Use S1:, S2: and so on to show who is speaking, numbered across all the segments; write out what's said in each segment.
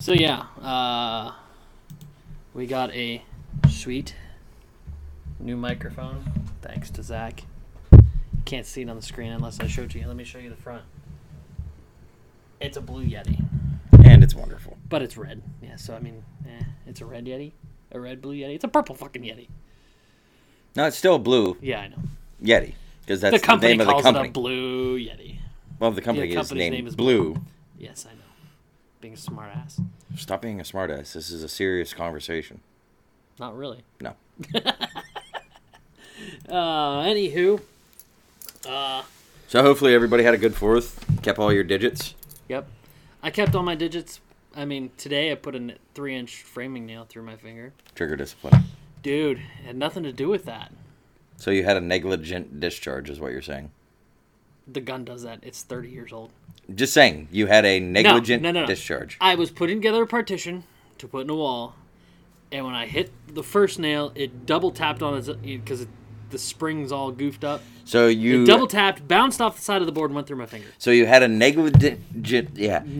S1: So yeah, uh, we got a sweet new microphone thanks to Zach. Can't see it on the screen unless I show it to you. Let me show you the front. It's a blue Yeti,
S2: And it's wonderful.
S1: but it's red. Yeah, so I mean, eh, it's a red Yeti, a red blue Yeti. It's a purple fucking Yeti.
S2: No, it's still a blue
S1: Yeah, I know.
S2: Yeti because that's
S1: the
S2: the,
S1: company
S2: name of the
S1: calls
S2: company.
S1: it a blue Yeti.
S2: well, the company is
S1: company's
S2: named
S1: name is
S2: Blue.
S1: Yes, I know. Being a smart ass.
S2: Stop being a smartass. This is a serious conversation.
S1: Not really.
S2: No.
S1: Uh, anywho. Uh,
S2: So hopefully everybody had a good fourth. Kept all your digits.
S1: Yep. I kept all my digits. I mean, today I put a n- three inch framing nail through my finger.
S2: Trigger discipline.
S1: Dude, it had nothing to do with that.
S2: So you had a negligent discharge, is what you're saying.
S1: The gun does that. It's 30 years old.
S2: Just saying, you had a negligent
S1: no, no, no.
S2: discharge.
S1: I was putting together a partition to put in a wall, and when I hit the first nail, it double tapped on it because it, the spring's all goofed up.
S2: So you
S1: It double tapped, bounced off the side of the board, and went through my finger.
S2: So you had a negligent, yeah, negligent,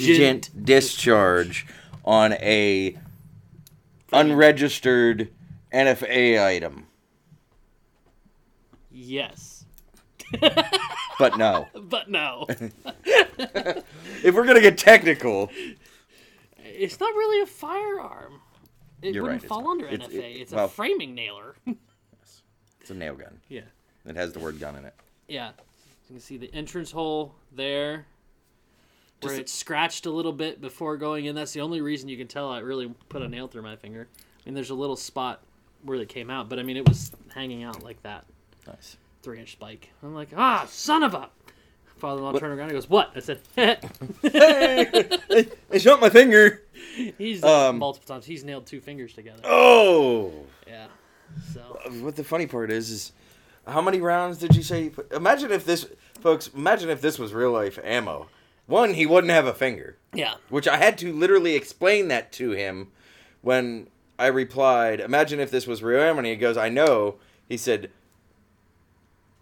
S1: Negligent
S2: discharge on a unregistered NFA item.
S1: Yes.
S2: But no,
S1: But no.
S2: if we're gonna get technical,
S1: it's not really a firearm. It
S2: You're
S1: wouldn't
S2: right, it's
S1: fall
S2: not.
S1: under
S2: It's-
S1: NFA.
S2: it-
S1: it's
S2: well-
S1: a framing nailer.
S2: it's a nail gun.
S1: yeah.
S2: It has the word gun in it.
S1: Yeah. You can see the entrance hole there. Where
S2: Just-
S1: it scratched a little bit before going in. That's the only reason you can tell I really put a nail through my finger. I mean, there's a little spot where they came out, but I mean, it was hanging out like that
S2: Nice.
S1: three inch spike. I'm like, ah, son of a. Father in law turned around and goes, What? I said,
S2: I shot my finger.
S1: He's
S2: Um,
S1: multiple times. He's nailed two fingers together.
S2: Oh,
S1: Yeah. So,
S2: what the funny part is, is how many rounds did you say? You put? Imagine if this, folks. Imagine if this was real life ammo. One, he wouldn't have a finger.
S1: yeah.
S2: which I had to literally explain that to him when I replied, "Imagine if this was real ammo." He goes, "I know." He said,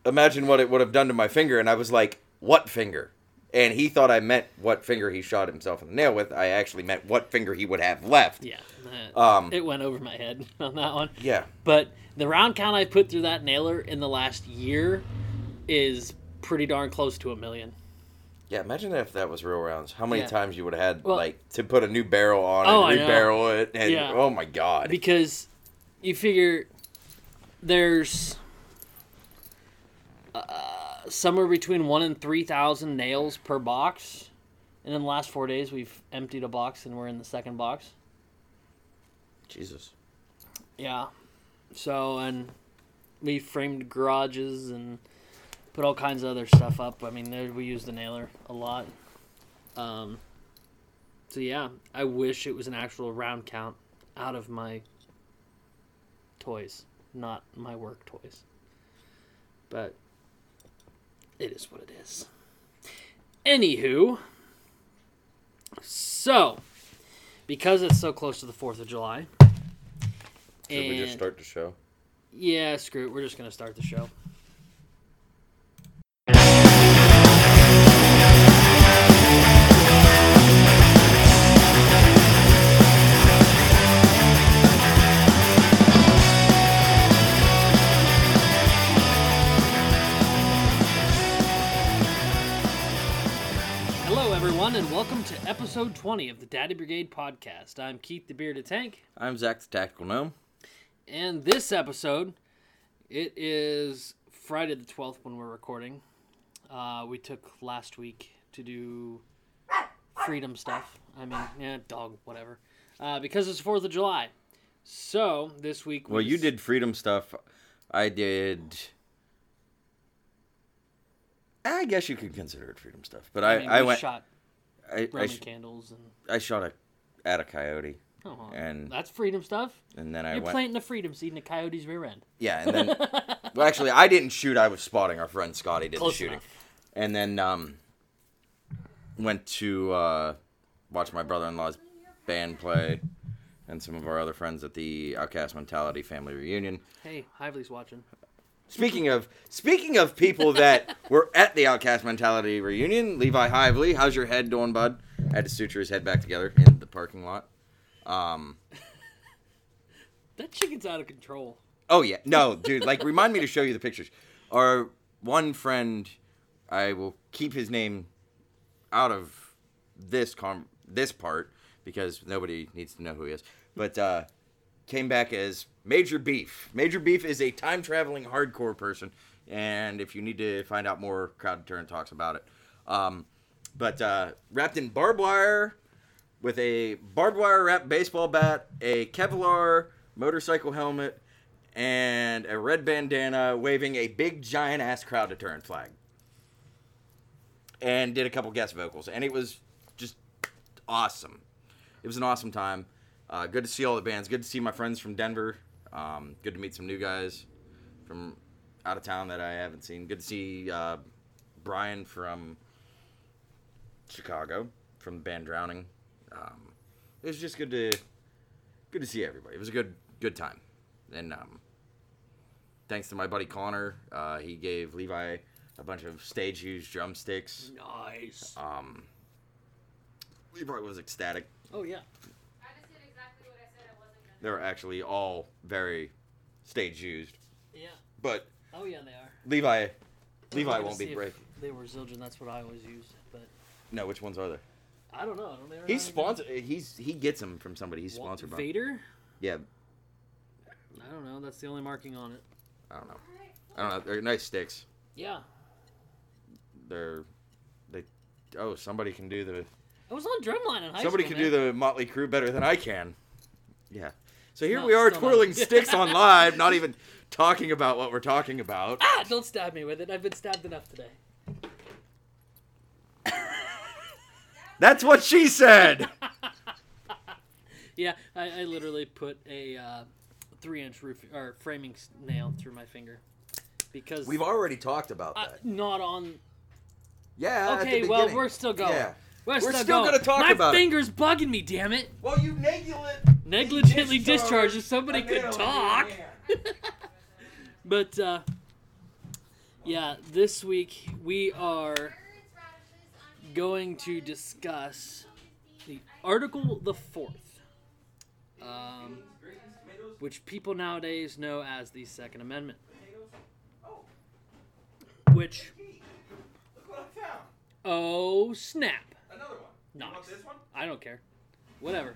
S2: "Imagine what it would have done to my finger," and I was like, "What finger?" And he thought I meant what finger he shot himself in the nail with. I actually meant what finger he would have left.
S1: Yeah. Uh,
S2: Um,
S1: it went over my head on that one.
S2: Yeah,
S1: But the round count I put through that nailer in the last year is pretty darn close to a million.
S2: yeah. Imagine if that was real rounds. How many
S1: Yeah.
S2: times you would have had
S1: Well-
S2: like to put a new barrel on
S1: Oh, I
S2: and
S1: know.
S2: rebarrel it, and
S1: Yeah.
S2: oh my god,
S1: Because you figure there's uh, somewhere between one and 3,000 nails per box. And in the last four days, we've emptied a box and we're in the second box.
S2: Jesus.
S1: Yeah. So, and we framed garages and put all kinds of other stuff up. I mean, there, we used the nailer a lot. Um, so, yeah, I wish it was an actual round count out of my toys, not my work toys. But it is what it is. Anywho, so because it's so close to the 4th of July.
S2: Should we just
S1: and-
S2: start the show?
S1: yeah, screw it. We're just gonna start the show. Hello, everyone, and welcome to episode 20 of the Daddy Brigade podcast. I'm Keith the Bearded Tank.
S2: I'm Zach the Tactical Gnome.
S1: And this episode, it is Friday the 12th when we're recording. Uh, we took last week to do freedom stuff. I mean, yeah, dog, whatever. Uh, because it's 4th of July. So this week. we
S2: Well, you
S1: just-
S2: did freedom stuff. I did. I guess you could consider it freedom stuff, but I
S1: I, mean,
S2: I,
S1: we
S2: went
S1: shot
S2: I, I,
S1: Roman
S2: sh-
S1: candles and.
S2: I shot a at a coyote,
S1: Oh,
S2: And-
S1: that's freedom stuff.
S2: and then I
S1: You're
S2: went
S1: planting a freedom seed in a coyote's rear end.
S2: yeah, and then well actually I didn't shoot. I was spotting. Our friend Scotty did
S1: Close
S2: the shooting,
S1: enough.
S2: and then um went to uh, watch my brother-in-law's band play, and some of our other friends at the Outcast Mentality family reunion.
S1: Hey, Hively's watching.
S2: Speaking of speaking of people that were at the Outcast Mentality reunion, Levi Hively, how's your head doing, bud? I had to suture his head back together in the parking lot. Um,
S1: That chicken's out of control.
S2: oh yeah, no, dude. Like, remind me to show you the pictures. Our one friend, I will keep his name out of this com this part because nobody needs to know who he is. But uh, came back as Major Beef. Major Beef is a time traveling hardcore person, and if you need to find out more, Crowd Turn talks about it. Um, but uh, wrapped in barbed wire with a barbed wire wrapped baseball bat, a Kevlar motorcycle helmet, and a red bandana, waving a big giant ass crowd deterrent flag. And did a couple guest vocals, and it was just awesome. It was an awesome time. Uh, good to see all the bands. Good to see my friends from Denver. Um, good to meet some new guys from out of town that I haven't seen. Good to see uh, Brian from Chicago from the band Drowning. Um, it was just good to good to see everybody. It was a good good time, and um, thanks to my buddy Connor, uh, he gave Levi a bunch of stage used drumsticks.
S1: Nice.
S2: Um, Levi was ecstatic.
S1: Oh yeah.
S3: I just did exactly what I said I wasn't gonna.
S2: They were actually all very stage used,
S1: Yeah.
S2: but
S1: Oh yeah, they are.
S2: Levi
S1: I'm
S2: Levi
S1: gonna
S2: won't
S1: see
S2: be
S1: if
S2: break.
S1: They were Zildjian. That's what I always used, but
S2: No, which ones are there?
S1: I don't know. I don't know
S2: He's sponsored. He's he gets them from somebody. He's
S1: Wa-
S2: sponsored by.
S1: Vader.
S2: Yeah,
S1: I don't know. That's the only marking on it.
S2: I don't know.
S3: Alright, cool.
S2: I don't know. They're nice sticks.
S1: Yeah.
S2: They're they. Oh, somebody can do the
S1: I was on Drumline in high
S2: Somebody
S1: school.
S2: can do the Motley Crue better than I can. Yeah. So here
S1: No,
S2: we are
S1: still not.
S2: twirling sticks on live, not even talking about what we're talking about.
S1: Ah! Don't stab me with it. I've been stabbed enough today.
S2: That's what she said.
S1: Yeah, I, I literally put a uh, three-inch roof or framing s- nail through my finger because
S2: We've already talked about
S1: uh,
S2: that.
S1: not on.
S2: Yeah. at the
S1: Okay, well
S2: beginning.
S1: we're still going.
S2: Yeah.
S1: We're,
S2: We're
S1: still,
S2: still
S1: going.
S2: gonna talk
S1: my
S2: about it.
S1: finger's bugging me. Damn it!
S2: Well, you negligent.
S1: Negligently discharged. If somebody could talk. But uh, yeah, this week we are
S3: Carrots, radishes, onions,
S1: going to discuss the article the fourth, um, which people nowadays know as the Second Amendment, which oh snap! Nice. I don't care, whatever.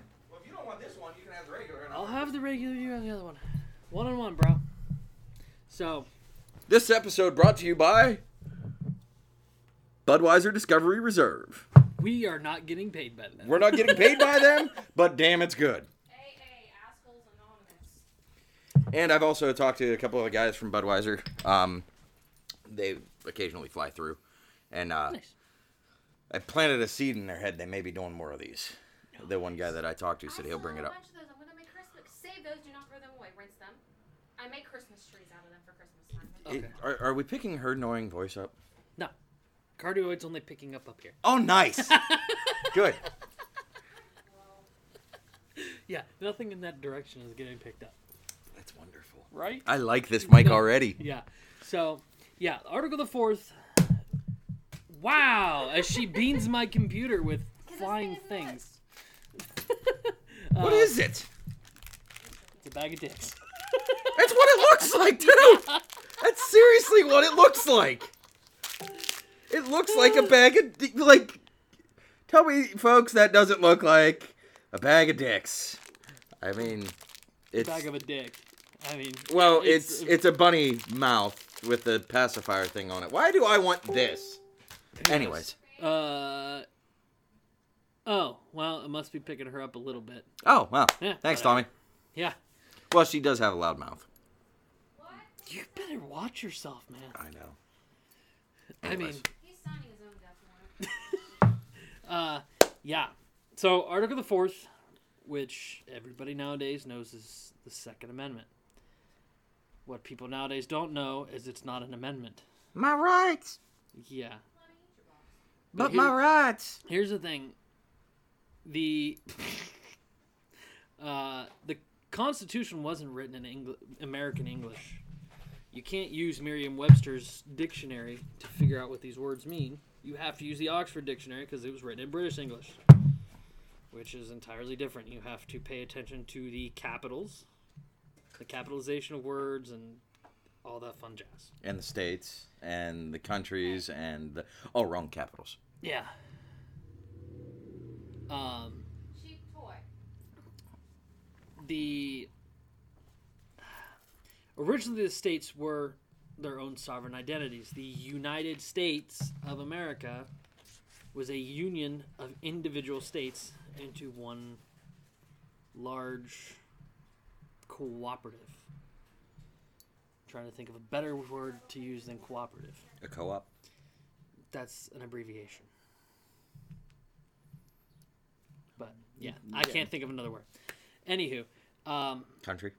S1: I'll have the regular, you have the other one, one on one, bro. So
S2: This episode brought to you by Budweiser Discovery Reserve.
S1: we are not getting paid by that.
S2: We're not getting paid by them, but damn, it's good.
S3: AA, assholes anonymous.
S2: And I've also talked to a couple of the guys from Budweiser. Um, they occasionally fly through, and uh,
S1: Nice.
S2: I planted a seed in their head. They may be doing more of these. The one guy that I talked to said he'll bring it up.
S3: I still have a bunch of those. I'm gonna make Christmas. Save those. Do not throw them away. Rinse them. I make Christmas trees out of them for Christmas time.
S1: Okay.
S2: It- are, are we picking her annoying voice up?
S1: No, cardioid's only picking up up here.
S2: Oh, nice. Good.
S1: Yeah, nothing in that direction is getting picked up.
S2: That's wonderful.
S1: Right?
S2: I like this mic already.
S1: Yeah. So, yeah, Article the Fourth. Wow, as she beans my computer with flying
S3: thing
S1: things.
S3: is
S2: What is it?
S1: It's a bag of dicks.
S2: That's what it looks like, too. That's seriously what it looks like. It looks like a bag of di- like. Tell me, folks, that doesn't look like a bag of dicks. I mean, it's
S1: bag of a dick. I mean,
S2: well, it's it's a bunny mouth with the pacifier thing on it. Why do I want this? Anyways,
S1: uh Oh, well, it must be picking her up a little bit.
S2: oh wow,
S1: Yeah, whatever.
S2: thanks, Tommy.
S1: Yeah.
S2: Well, she does have a loud mouth.
S3: What?
S1: You better watch yourself, man.
S2: I know.
S1: I mean,
S2: Anyways.
S3: He's signing his own death warrant.
S1: Uh, yeah. So Article the Fourth, which everybody nowadays knows is the Second Amendment. What people nowadays don't know is it's not an amendment.
S2: My rights,
S1: Yeah.
S3: Honey, eat your box.
S1: But
S2: but my
S1: here-
S2: rights.
S1: Here's the thing. The uh, the Constitution wasn't written in Engl- American English. You can't use Merriam-Webster's dictionary to figure out what these words mean. You have to use the Oxford Dictionary because it was written in British English. which is entirely different. You have to pay attention to the capitals, the capitalization of words, and all that fun jazz.
S2: and the states and the countries and the oh wrong capitals.
S1: Yeah. Um,
S3: Cheap toy.
S1: the originally the states were their own sovereign identities. The United States of America was a union of individual states into one large cooperative. trying to think of a better word to use than cooperative.
S2: A co-op.
S1: That's an abbreviation. But yeah, I can't think of another word. Anywho, um,
S2: Country.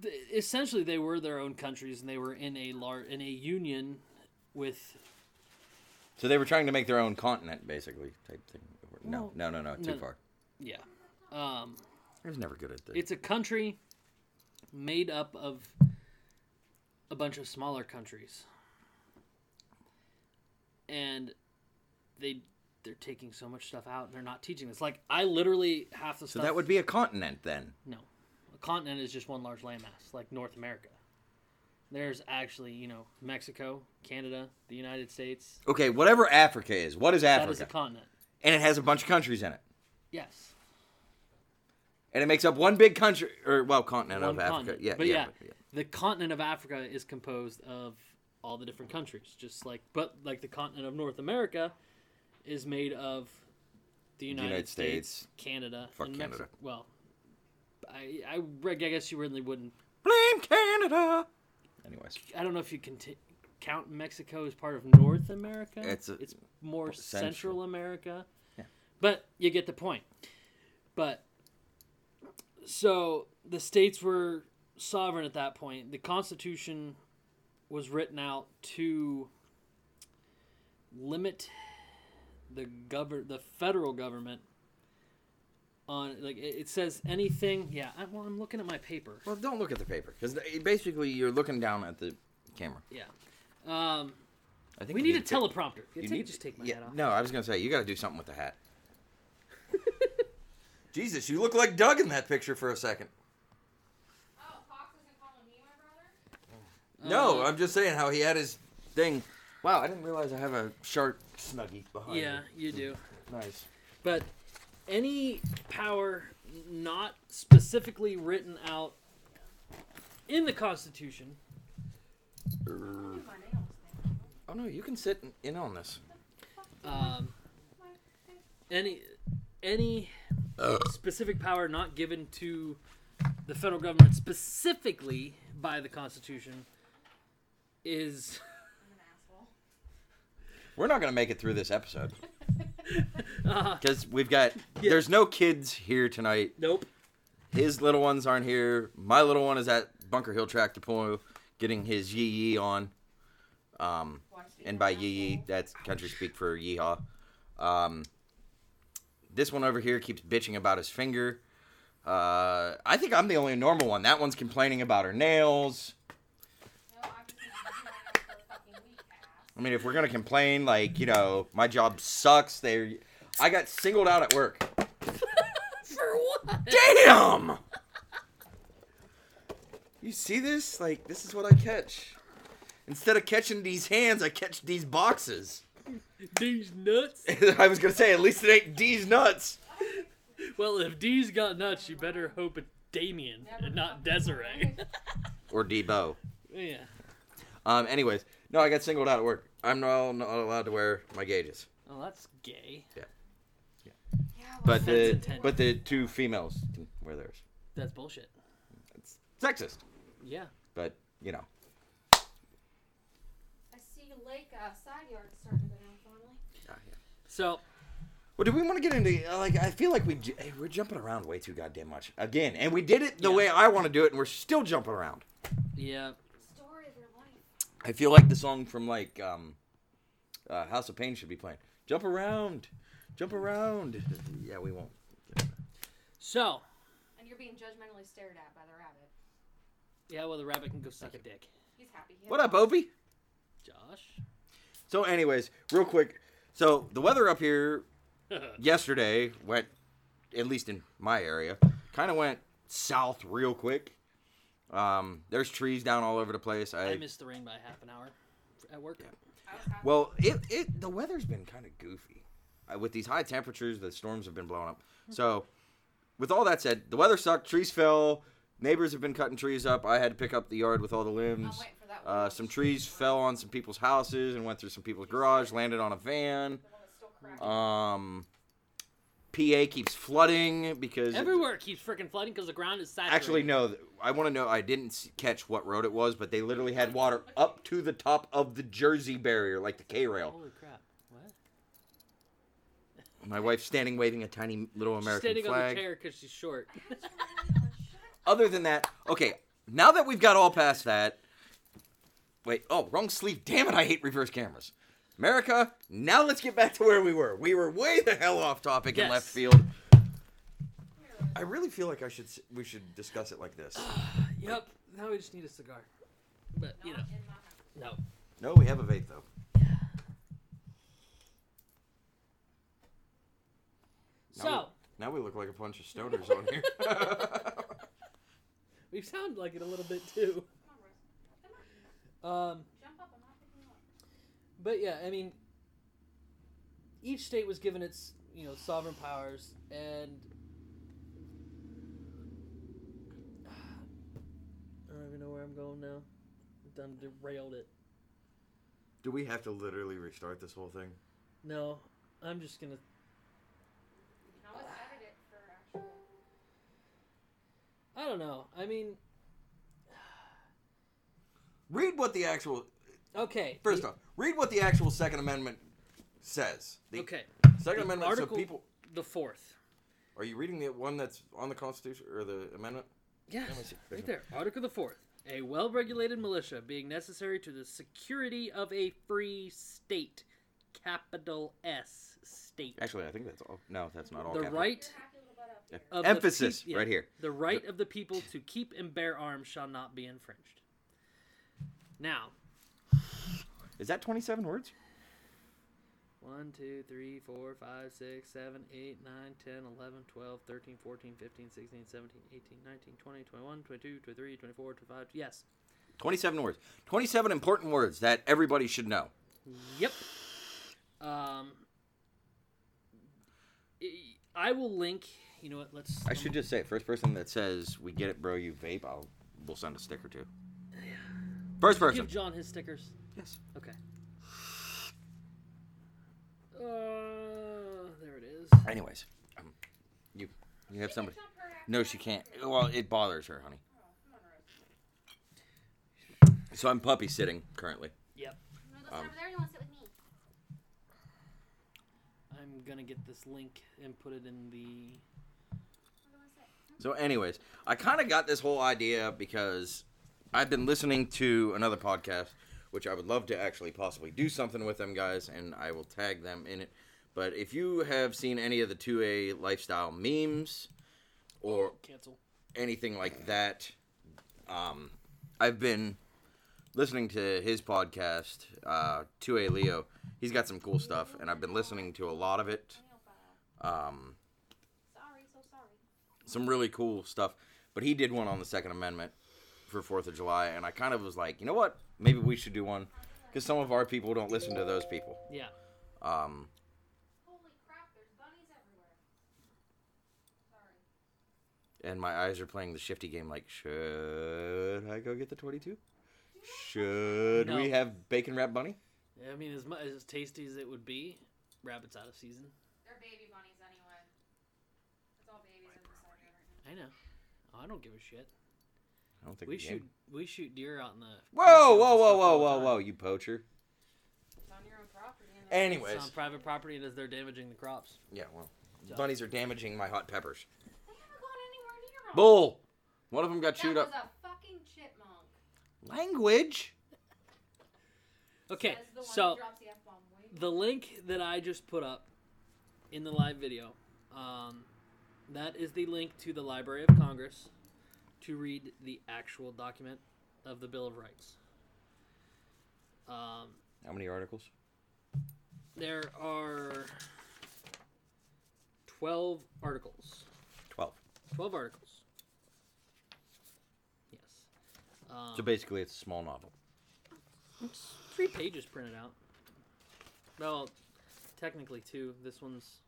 S1: th- essentially they were their own countries and they were in a lar- in a union with
S2: So they were trying to make their own continent, basically, type thing. No, no, no, no, too
S1: no.
S2: far.
S1: yeah um,
S2: I was never good at this.
S1: it's a country made up of a bunch of smaller countries and they they're taking so much stuff out and they're not teaching this like i literally half the
S2: so
S1: stuff
S2: that would be a continent then.
S1: no a continent is just one large landmass like north america there's actually you know mexico canada the united states
S2: Okay, whatever Africa is, what is
S1: that
S2: Africa?
S1: is a continent
S2: and it has a bunch of countries in it.
S1: Yes.
S2: And it makes up one big country or well, continent
S1: One
S2: of Africa.
S1: continent.
S2: Yeah,
S1: but
S2: yeah,
S1: yeah,
S2: but- yeah.
S1: the continent of Africa is composed of all the different countries. Just like, but like the continent of North America is made of the United,
S2: United
S1: States,
S2: States.
S1: Canada,
S2: Fuck
S1: and
S2: Canada.
S1: Mexico. Well, I, I, reg- I guess you really wouldn't.
S2: Blame Canada. Anyways,
S1: I don't know if you can t- count Mexico as part of North America.
S2: It's a-
S1: it's more
S2: Central.
S1: Central, America. But you get the point. But so the states were sovereign at that point. The Constitution was written out to limit the govern the federal government on like it it says anything. Yeah, I, well, I'm looking at my paper.
S2: well, don't look at the paper because basically you're looking down at the camera.
S1: Yeah. Um,
S2: I think
S1: we
S2: you
S1: need a
S2: to take-
S1: teleprompter. You
S2: you
S1: take,
S2: need-
S1: just take my
S2: yeah,
S1: hat off.
S2: No, I was gonna say you got to do something with the hat. Jesus, you look like Doug in that picture for a second.
S3: Oh, Fox isn't calling me my brother?
S1: Oh.
S2: No, I'm just saying how he had his thing. Wow, I didn't realize I have a shark snuggie behind.
S1: Yeah, you do.
S2: me. nice.
S1: But any power not specifically written out in the Constitution,
S2: Hmm.
S3: Do my nails now.
S2: Oh no, you can sit in on this.
S1: um, any any specific power not given to the federal government specifically by the Constitution is
S3: I'm an asshole.
S2: We're not gonna make it through this episode
S1: uh,
S2: because we've got. There's no kids here tonight.
S1: nope.
S2: His little ones aren't here. My little one is at Bunker Hill Tractor Pull, getting his yee yee on. Um,
S3: Why speak
S2: and
S3: of
S2: by
S3: an
S2: yee yee,
S3: asshole?
S2: that's country speak for yeehaw. Um, this one over here keeps bitching about his finger. Uh, I think I'm the only normal one. That one's complaining about her nails.
S3: No, I've been using my nails for a fucking week, ass.
S2: I mean, if we're gonna complain, like you know, my job sucks. They, I got singled out at work.
S1: For what?
S2: Damn. You see this? Like this is what I catch. Instead of catching these hands, I catch these boxes.
S1: These nuts.
S2: I was gonna say, at least it ain't these nuts.
S1: Well, if D's got nuts, you better hope it's Damien and not Desiree.
S2: Or Debo.
S1: yeah.
S2: Um. Anyways, no, I got singled out at work. I'm not, not allowed to wear my gauges.
S1: Oh, that's gay.
S3: Yeah, well,
S2: But the
S1: Offense intended.
S2: but the two females can wear theirs.
S1: That's bullshit.
S2: It's sexist.
S1: Yeah.
S2: But you know,
S3: I see Lake uh, side yard starting to go down finally.
S1: So
S2: Well, do we want to get into uh, like? I feel like we j- hey, we're jumping around way too goddamn much again, and we did it the
S1: Yeah.
S2: way I want to do it, and we're still jumping around.
S1: yeah,
S3: Story of your life.
S2: I feel like the song from like um, uh, House of Pain should be playing. Jump around, jump around. Yeah, we won't.
S1: so
S3: And you're being judgmentally stared at by the rabbit.
S1: yeah. Well, the rabbit can go suck a dick.
S3: He's happy. He
S2: What up, Opie?
S1: Josh.
S2: So, anyways, real quick. So the weather up here yesterday went at least in my area, kind of went south real quick. Um, there's trees down all over the place. I,
S1: I missed the rain by half an hour at work.
S2: well, it, it the weather's been kind of goofy uh, with these high temperatures. The storms have been blowing up.
S3: Mm-hmm.
S2: So, with all that said, the weather sucked. Trees fell. Neighbors have been cutting trees up. I had to pick up the yard with all the limbs.
S3: waiting for that
S2: Uh,
S3: one.
S2: some trees fell on some people's houses and went through some people's garage. Landed on a van.
S3: The one that's still cracked.
S2: Um, PA keeps flooding because
S1: Everywhere it keeps freaking flooding because the ground is saturated.
S2: Actually, no. th- I want to know. I didn't s- catch what road it was, but they literally had water up to the top of the Jersey barrier, like the K rail.
S1: Holy crap! What?
S2: My wife's standing waving a tiny little
S1: She's
S2: American
S1: standing on
S2: flag.
S1: the chair because she's short.
S2: Other than that, okay. Now that we've got all past that, wait. Oh, wrong sleeve. Damn it! I hate reverse cameras. America. Now let's get back to where we were. We were way the hell off topic in
S1: Yes.
S2: left field.
S4: I really feel like I should s- we should discuss it like this.
S1: yep. Now we just need a cigar. But you
S3: Not
S1: know,
S3: in my house.
S1: no.
S4: No, we have a vape though.
S2: Now
S1: So
S2: Now we look like a bunch of stoners on here.
S1: we sound like it a little bit too.
S3: Come on, Rose. Come on.
S1: Um,
S3: Jump up. I'm not picking you up.
S1: But yeah, I mean, each state was given its you know sovereign powers, and I don't even know where I'm going now. i done derailed it.
S4: Do we have to literally restart this whole thing?
S1: No, I'm just gonna.
S3: You can always edit it for actual.
S1: I don't know. I mean,
S4: Read what the actual
S1: okay.
S4: first
S1: the-
S4: off. Read what the actual Second Amendment says. The
S1: okay.
S4: Second
S1: The
S4: Amendment.
S1: article-
S4: so people,
S1: The fourth.
S4: are you reading the one that's on the Constitution or the amendment? Let me
S1: Yes,
S4: see.
S1: right there. Article the fourth. A well regulated militia being necessary to the security of a free state. Capital S state.
S2: Actually, I think that's all. No, that's not all.
S1: the
S2: capital.
S1: right
S3: Your happy little butt up
S2: Yeah.
S3: here.
S1: of
S2: Emphasis
S1: the peop-
S2: right here.
S1: The right of the people to keep and bear arms shall not be infringed. Now,
S2: Is that 27 words?
S1: one, two, three, four, five, six, seven, eight, nine, 10, 11, 12, 13, 14, 15, 16, 17, 18, 19, 20, 21, 22, 23, 24, 25. Yes.
S2: 27 words. 27 important words that everybody should know.
S1: Yep. Um, I- I will link. You know what? Let's.
S2: I should just say, first person that says, "We get it, bro, you vape," I'll we'll send a sticker to. First
S1: give
S2: person.
S1: John his stickers.
S2: Yes.
S1: Okay. Uh, there it is.
S2: Anyways, um, you you have
S3: You can
S2: somebody.
S3: jump her after
S2: No,
S3: I
S2: she
S3: do
S2: can't.
S3: it.
S2: Well, it bothers her, honey.
S3: Oh, come on, Rose.
S2: So I'm puppy sitting currently.
S1: Yep.
S3: You wanna go sit
S2: Um.
S3: over there or you wanna sit with me?
S1: I'm gonna get this link and put it in the.
S3: Where do you wanna sit?
S2: So, anyways, I kind of got this whole idea because I've been listening to another podcast, which I would love to actually possibly do something with them guys, and I will tag them in it. But if you have seen any of the 2A lifestyle memes or
S1: Cancel.
S2: anything like that, um, I've been listening to his podcast, uh, 2A Leo. He's got some cool stuff, and I've been listening to a lot of it.
S3: Meal file.
S2: Um,
S3: uh, Sorry, so sorry.
S2: some really cool stuff. But he did one on the Second Amendment for Fourth of July, and I kind of was like, you know what? Maybe we should do one because some of our people don't listen to those people.
S1: Yeah.
S2: Um,
S3: Holy crap, there's bunnies everywhere. Sorry.
S2: and my eyes are playing the shifty game. Like, should I go get the twenty-two? Should
S1: No.
S2: we have bacon wrap bunny?
S1: I mean, as much as tasty as it would be, rabbit's out of season.
S3: They're baby bunnies anyway. It's all babies in this area right now.
S1: I know. Oh, I don't give a shit.
S2: I don't think
S1: We
S2: can.
S1: shoot. We shoot deer out in the.
S2: Whoa, whoa, whoa, whoa, whoa, whoa! You poacher.
S3: It's on your own property. And they're-
S1: It's on
S2: Anyways,
S1: private property and as they're damaging the crops.
S2: yeah, well, bunnies are damaging my hot peppers.
S3: They haven't gone anywhere near 'em.
S2: Bull. One of them got
S3: That
S2: chewed
S3: was
S2: up.
S3: a fucking chipmunk.
S2: Language.
S1: Okay,
S3: That's the one
S1: so
S3: who drops the F-bomb way
S1: the link that I just put up in the live video, um, that is the link to the Library of Congress to read the actual document of the Bill of Rights. Um,
S2: How many articles?
S1: There are 12 articles. Twelve articles. Yes. Um,
S2: So basically, it's a small novel.
S1: it's three pages printed out. Well, technically two. This one's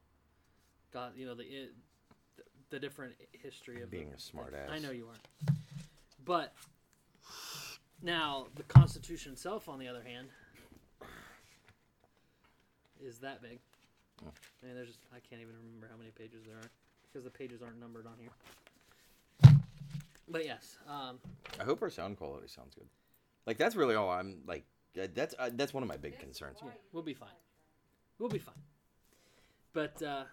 S1: got you know the i- the, the different history of the-
S2: Being a smart ass.
S1: I know you are. But now the Constitution itself, on the other hand, is that big.
S2: Hmm.
S1: I mean, there's just, I can't even remember how many pages there are because the pages aren't numbered on here. But yes, um,
S2: I hope our sound quality sounds good. Like that's really all I'm like. uh, That's uh, that's one of my big concerns.
S1: yeah, we'll be fine. We'll be fine. But uh,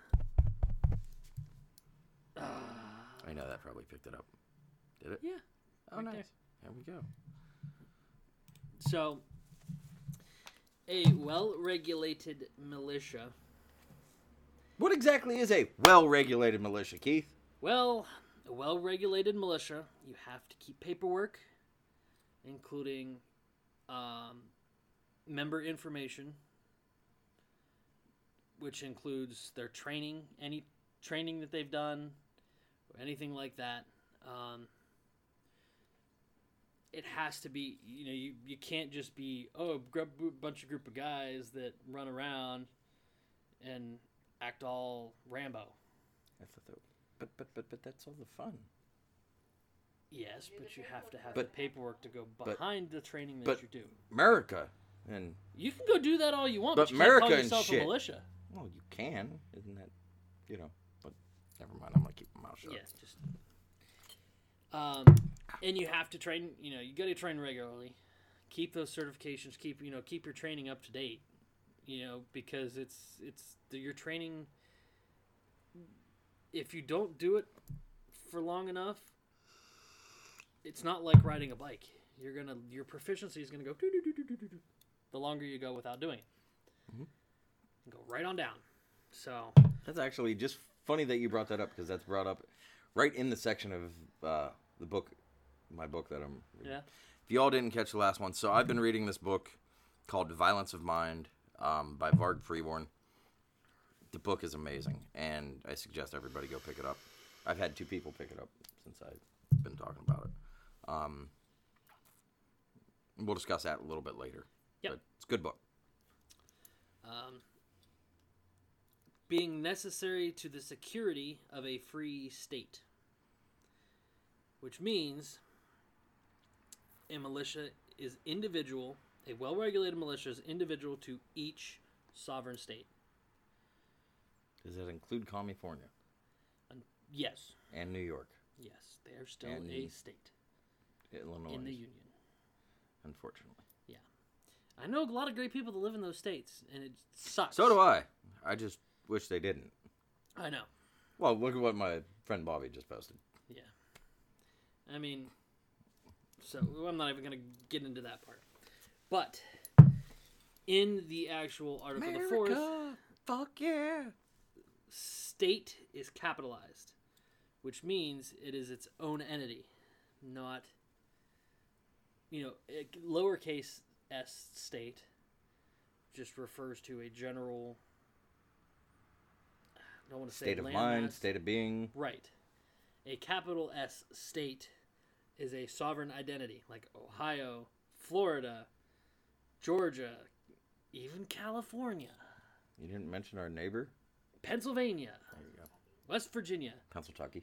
S1: uh,
S2: I know that probably picked it up. Did it?
S1: yeah,
S2: Oh,
S1: right
S2: nice.
S1: there.
S2: There we go.
S1: So, a well-regulated militia.
S2: What exactly is a well-regulated militia, Keith?
S1: Well, a well regulated militia, you have to keep paperwork, including um, member information, which includes their training, any training that they've done, or anything like that. Um, it has to be, you know, you, you can't just be, oh, grab a bunch of group of guys that run around and act all Rambo.
S2: I thought that, but but but but that's all the fun.
S1: Yes, but you have to have
S2: But-
S1: the paperwork to go behind the training that
S2: but-
S1: you do.
S2: America, and
S1: You can go do that all you want,
S2: But
S1: but, you can't
S2: America
S1: call
S2: and
S1: yourself
S2: shit.
S1: a militia.
S2: well, you can, isn't that, you know? But never mind. I'm gonna keep my mouth shut.
S1: Yes, just. Um, and you have to train. You know, you got to train regularly. Keep those certifications. Keep you know, keep your training up to date. You know, because it's it's the, your training. If you don't do it for long enough, it's not like riding a bike. You're gonna your proficiency is gonna go doo-doo-doo-doo-doo-doo-doo the longer you go without doing it. Go right on down. So
S2: That's actually just funny that you brought that up because that's brought up right in the section of uh, the book, my book that I'm. reading.
S1: yeah,
S2: If y'all didn't catch the last one, so I've been reading this book called Violence of Mind um, by Varg Freeborn. The book is amazing, and I suggest everybody go pick it up. I've had two people pick it up since I've been talking about it. Um, we'll discuss that a little bit later.
S1: Yep.
S2: But it's a good book.
S1: um, being necessary to the security of a free state, which means a militia is individual. A well-regulated militia is individual to each sovereign state.
S2: Does it include California
S1: Yes,
S2: and New York,
S1: yes, they are still
S2: And
S1: a state
S2: Illinois,
S1: in the union.
S2: unfortunately?
S1: I know a lot of great people that live in those states, and it sucks.
S2: So do I. I just wish they didn't.
S1: I know.
S2: Well, look at what my friend Bobby just posted.
S1: Yeah. I mean, so well, I'm not even going to get into that part. But in the actual article, the fourth
S2: fuck yeah.
S1: state is capitalized, which means it is its own entity, not, you know, it, lowercase s state just refers to a general. I don't want to say
S2: State of
S1: landmass.
S2: mind, state of being.
S1: Right. A capital S state is a sovereign identity, like Ohio, Florida, Georgia, even California,
S2: You didn't mention our neighbor.
S1: Pennsylvania,
S2: There you go.
S1: West Virginia.
S2: Pennsylvania.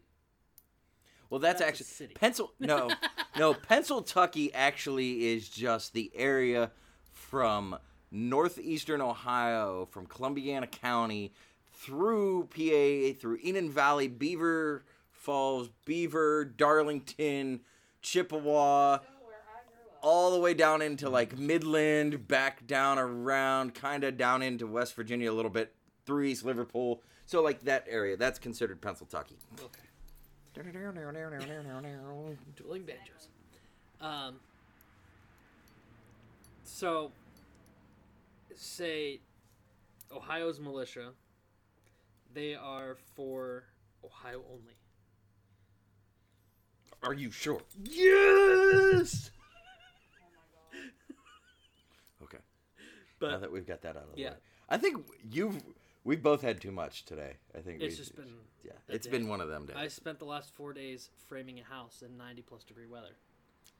S2: Well, that's,
S1: That's a
S2: actually
S1: city.
S2: Pencil. No, no. Pennsylvania actually is just the area from northeastern Ohio, from Columbiana County, through PA, through Enon Valley, Beaver Falls, Beaver, Darlington, Chippewa,
S3: Where I grew up.
S2: all the way down
S1: Mm.
S2: into like Midland, back down around, kind of down into West Virginia a little bit, through East Liverpool. So like that area, that's considered Pennsylvania.
S1: Okay. Dueling banjos. Um, so, say Ohio's militia, they are for Ohio only.
S2: Are you sure? Yes. okay.
S1: But
S2: Now that we've got that out of the
S1: Yeah.
S2: way, I think you've We both had too much today. I think
S1: It's
S2: we-
S1: just been.
S2: yeah.
S1: a
S2: It's
S1: day.
S2: been one of them days.
S1: I spent the last four days framing a house in 90 plus degree weather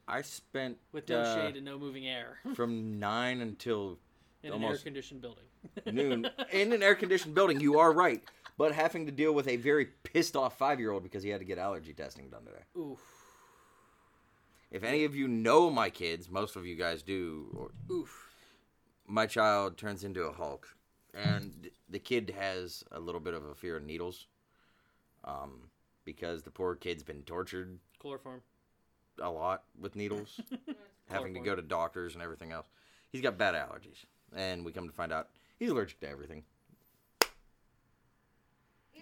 S2: I spent
S1: with no
S2: uh,
S1: shade and no moving air
S2: from nine until
S1: in an air
S2: almost
S1: conditioned building.
S2: noon in an air conditioned building. You are right, but having to deal with a very pissed off five year old because he had to get allergy testing done today.
S1: Oof.
S2: If any of you know my kids, most of you guys do, or
S1: Oof.
S2: my child turns into a Hulk, and the kid has a little bit of a fear of needles, um, because the poor kid's been tortured
S1: Chloroform.
S2: a lot with needles, having to go to doctors and everything else. He's got bad allergies, and we come to find out he's allergic to everything.
S3: He's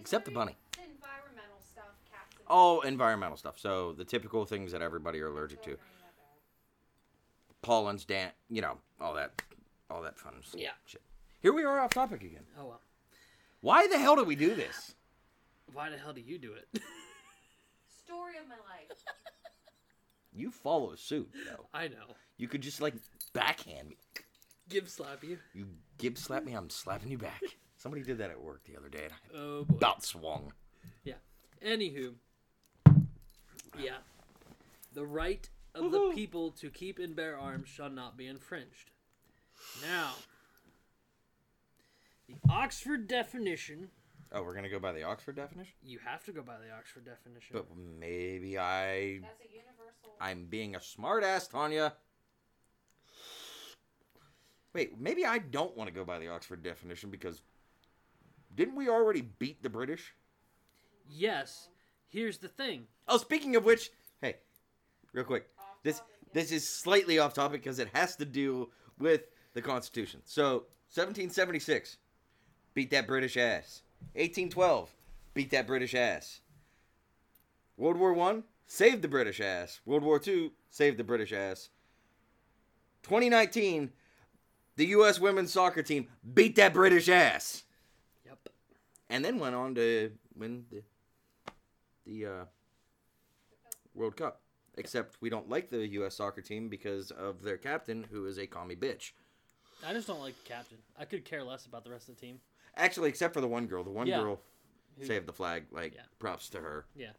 S2: Except the bunny.
S3: allergic
S2: Oh,
S3: to environmental stuff, cats and
S2: All environmental stuff. So the typical things that everybody are allergic to: pollens, dant, you know, all that, all that fun. s-
S1: Yeah.
S2: Shit. Here we are off topic again.
S1: Oh well.
S2: Why the hell do we do this?
S1: Why the hell do you do it?
S3: Story of my life.
S2: You follow suit, though.
S1: I know.
S2: You could just like backhand me.
S1: Give slap you.
S2: You gib slap me, I'm slapping you back. Somebody did that at work the other day, and I
S1: Oh boy.
S2: about swung.
S1: Yeah. Anywho. Yeah. The right of the people to keep and bear arms shall not be infringed. Now, the Oxford definition,
S2: Oh, we're gonna go by the Oxford definition,
S1: you have to go by the Oxford definition.
S2: but maybe I
S3: That's a universal.
S2: I'm being a smart ass, Tanya. Wait, maybe I don't want to go by the Oxford definition because didn't we already beat the British?
S1: yes, here's the thing.
S2: Oh, speaking of which, hey, real quick, this this is slightly off topic because it has to do with the Constitution. So, 1776, beat that British ass. 1812, beat that British ass. World War One, saved the British ass. World War Two, saved the British ass. 2019, the U.S. women's soccer team beat that British ass,
S1: Yep.
S2: and then went on to win the the uh, World Cup. Except we don't like the U.S. soccer team because of their captain, who is a commie bitch.
S1: I just don't like the captain. I could care less about the rest of the team.
S2: Actually, except for the one girl. The one
S1: Yeah.
S2: girl
S1: Who-
S2: saved the flag. Like,
S1: Yeah.
S2: props to her,
S1: Yeah.